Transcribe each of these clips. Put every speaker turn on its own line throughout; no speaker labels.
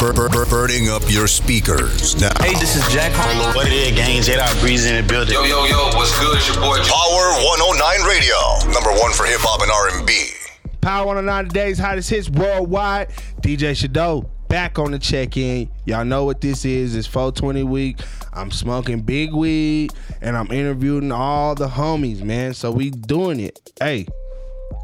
Bur- bur- bur- burning up your speakers now.
Hey, this is Jack Harlow.
What it is, gang? J Dot Breeze in the building.
Yo, yo, yo, what's good? It's your boy.
Power 109 Radio, number one for hip hop and R&B.
Power 109 today's hottest hits worldwide. DJ Shadow back on the check-in. Y'all know what this is. It's 420 week. I'm smoking big weed and I'm interviewing all the homies, man. So we doing it. Hey,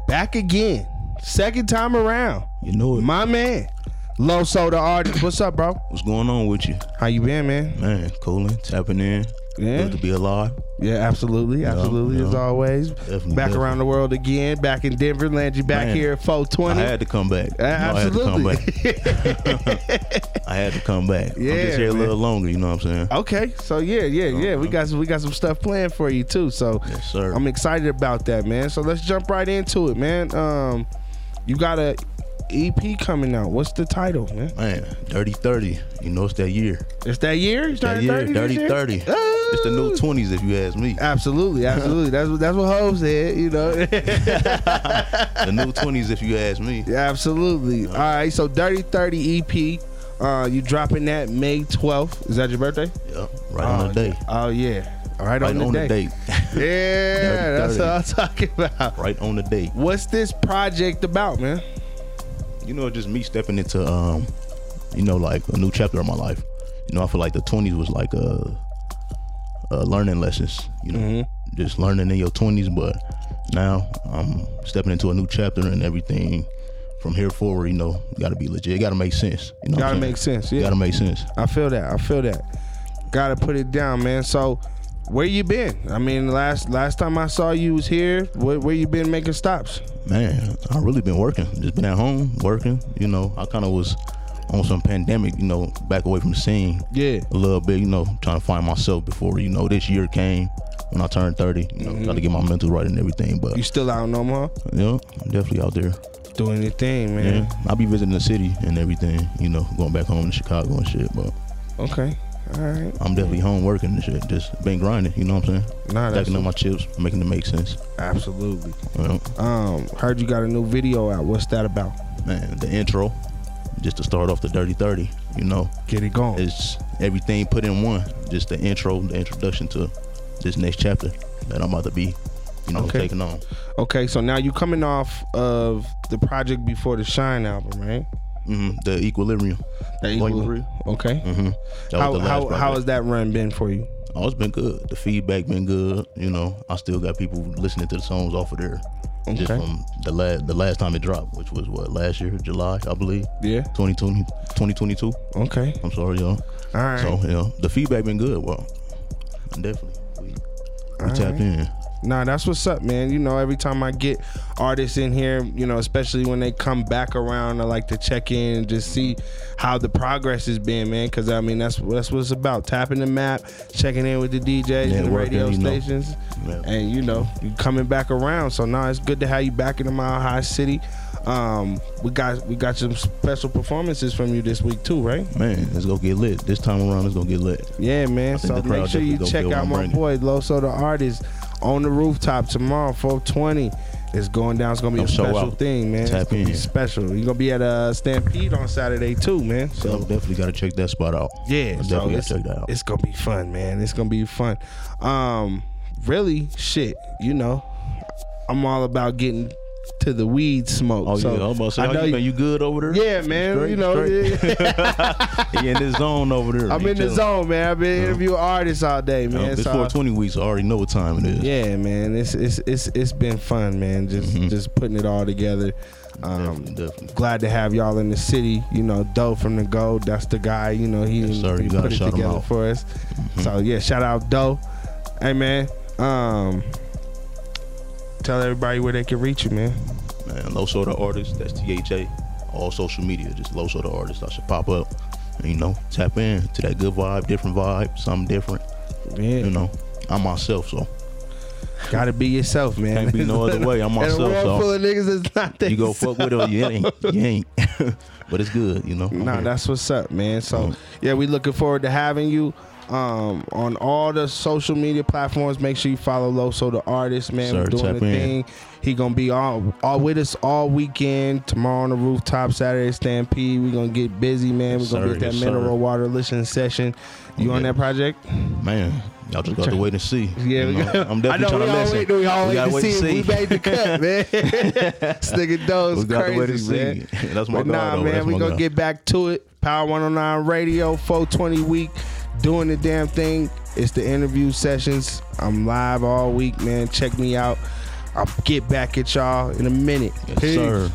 back again. Second time around.
You know it.
My man. Low soda artist. What's up, bro?
What's going on with you?
How you been, man?
Man, cooling, tapping in.
Yeah.
Good to be alive.
Yeah, absolutely. Absolutely, as
yeah.
always.
Definitely,
back around
definitely.
the world again. Back in Denver. Land you back
Man,
here at 420.
I had to come back.
Uh,
You know, I had to come
absolutely.
back. I had to come back. I'm
Yeah,
just here
man.
a little longer, you know what I'm saying?
Okay, so yeah, yeah, yeah, we got some, we got some stuff planned for you too. So
um, Yes, sir.
I'm excited about that, man. So let's jump right into it, man. Um, you got a EP coming out. What's the title, man?
Man, Dirty 30. You know it's that year.
It's that year. You started
That year,
30 this
Dirty
year?
30. It's the new
Ooh.
20s if you ask me.
Absolutely, absolutely. that's what that's what Hov said. You know,
The new 20s if you ask me.
absolutely. All right, so Dirty Thirty EP. Uh, you dropping that May 12th? Is that your birthday?
Yep. Right on the day.
Oh yeah, all right
Right
on, the, day.
date.
Yeah,
Dirty
that's what
30.
I'm talking about.
right on the date.
What's this project about, man?
you know, just me stepping into um, you know, like a new chapter of my life. You know, I feel like the twenties was like a, a learning lessons. You know,
Mm-hmm.
just learning in your twenties. But now I'm stepping into a new chapter and everything. From here forward, you know, got to be legit. It got to make sense. You know, what I'm
Gotta
saying?
make sense, yeah.
Got to make sense.
I feel that. I feel that. Gotta put it down, man. So, where you been? I mean, last last time I saw you was here. Where, where you been making stops?
Man, I really been working. Just been at home working. You know, I kind of was on some pandemic. You know, back away from the scene.
Yeah.
a little bit, you know, trying to find myself before, you know, this year came when I turned 30, you know, trying to get my mental right and everything. But,
Mm-hmm. You
you
still out in Omaha?
know, I'm definitely out there.
Doing your thing,
Yeah.
man.
I'll be visiting the city and everything, you know, going back home to Chicago and shit. But
Okay. All right.
I'm definitely home working and shit. Just been grinding, you know what I'm saying?
Nah, that's
Stacking up my chips, making it make sense.
absolutely.
You know?
Um, heard you got a new video out. What's that about?
Man, the intro, just to start off the Dirty 30, you know,
Get it going.
it's everything put in one. Just the intro, the introduction to this next chapter that I'm about to be, you know,
Okay.
taking on.
okay, so now you coming off of the project before the Shine album, right?
hmm The Equilibrium.
That you-
Volume three.
Okay.
hmm That
How
was the
how,
last
how
project.
has that run been for you?
Oh, it's been good. The feedback been good. You know, I still got people listening to the songs off of there. Just
Okay.
from the last the last time it dropped, which was what last year, July, I believe.
Yeah.
2020, 2022.
Okay.
I'm sorry, y'all.
All right.
So yeah, the feedback been good. Well, definitely. We, we tapped in.
Nah, that's what's up, man. You know, every time I get artists in here, you know, especially when they come back around, I like to check in and just see how the progress has been, man. Because I mean, that's that's what it's about: tapping the map, checking in with the DJs and the
Networking,
radio
you know.
stations,
Yeah.
and you know, you coming back around. So now it's good to have you back in the Mile High City. Um, we got we got some special performances from you this week too, right?
Man, it's gonna get lit. This time around, it's gonna get lit.
Yeah, man.
think
So
the crowd
make sure you
definitely gonna
check
feel
out
I'm
my
bringing.
boy Loso the artist on the rooftop tomorrow, 420. It's going down. It's gonna be
Don't
a
show
special
out.
thing, man.
Tap
it's gonna be
in.
special. You're gonna be at a Stampede on Saturday too, man.
So
So
definitely gotta check that spot out.
yeah,
I
so
definitely
it's,
gotta check that out.
it's gonna be fun, man. It's gonna be fun. Um, really, shit. You know, I'm all about getting to the weed smoke.
Oh
so
yeah, I'm about to say,
I
how
know
you,
you-
been? You good over there?
yeah, man.
Straight,
you know,
straight.
yeah.
He in this zone over there.
I'm
He
in the
chilling.
zone, man. I've been
Yeah.
interviewing artists all day,
Yeah,
man.
it's
so
420 weeks. I already know what time it is.
Yeah, man, it's it's it's it's been fun, man. Just just putting it all together. Um,
Mm-hmm. Definitely, definitely.
glad to have y'all in the city. You know, Doe from the Gold, that's the guy. You know, he,
Yes, sir.
he
You gotta
put it
shout him
together
out. Mm-hmm.
for us. So yeah, shout out Doe. Hey man, um, tell everybody where they can reach you, man.
Man, Low Soda Artist, that's THA. All social media, just Low Soda Artist. I should pop up and, you know, tap in to that good vibe, different vibe, something different. You
Yeah,
know, I'm myself, so
gotta be yourself, man.
Can't be no other way. I'm
In a
myself,
world
so
full of niggas, it's not that
you go fuck with it or you ain't. You ain't. but it's good, you know.
No,
I'm here.
that's what's up, man. So
Mhm.
yeah, we looking forward to having you. um, on all the social media platforms. Make sure you follow Loso the artist, man.
Sir,
We're doing
tap
the
in.
thing. He gonna be all, all with us all weekend. Tomorrow on the rooftop, Saturday Stampede. We gonna get busy, man. We
Yes,
gonna
sir.
get that
Yes, sir.
mineral water listening session. You on
Yeah.
that project?
Man, y'all just got to wait and see.
Yeah,
you
we
know?
got,
I'm definitely
I know
trying
we
to
all
listen.
wait- We all
gotta
wait to see. if We made the cut, man. this nigga Doe's
We gotta wait to
crazy,
see.
man.
That's my
but
guy,
nah,
though.
man.
That's
we
my
gonna
guy.
get back to it. Power 109 Radio, 420 week, doing the damn thing. It's the interview sessions. I'm live all week, man. Check me out. I'll get back at y'all in a minute.
Yes,
Peace.
sir.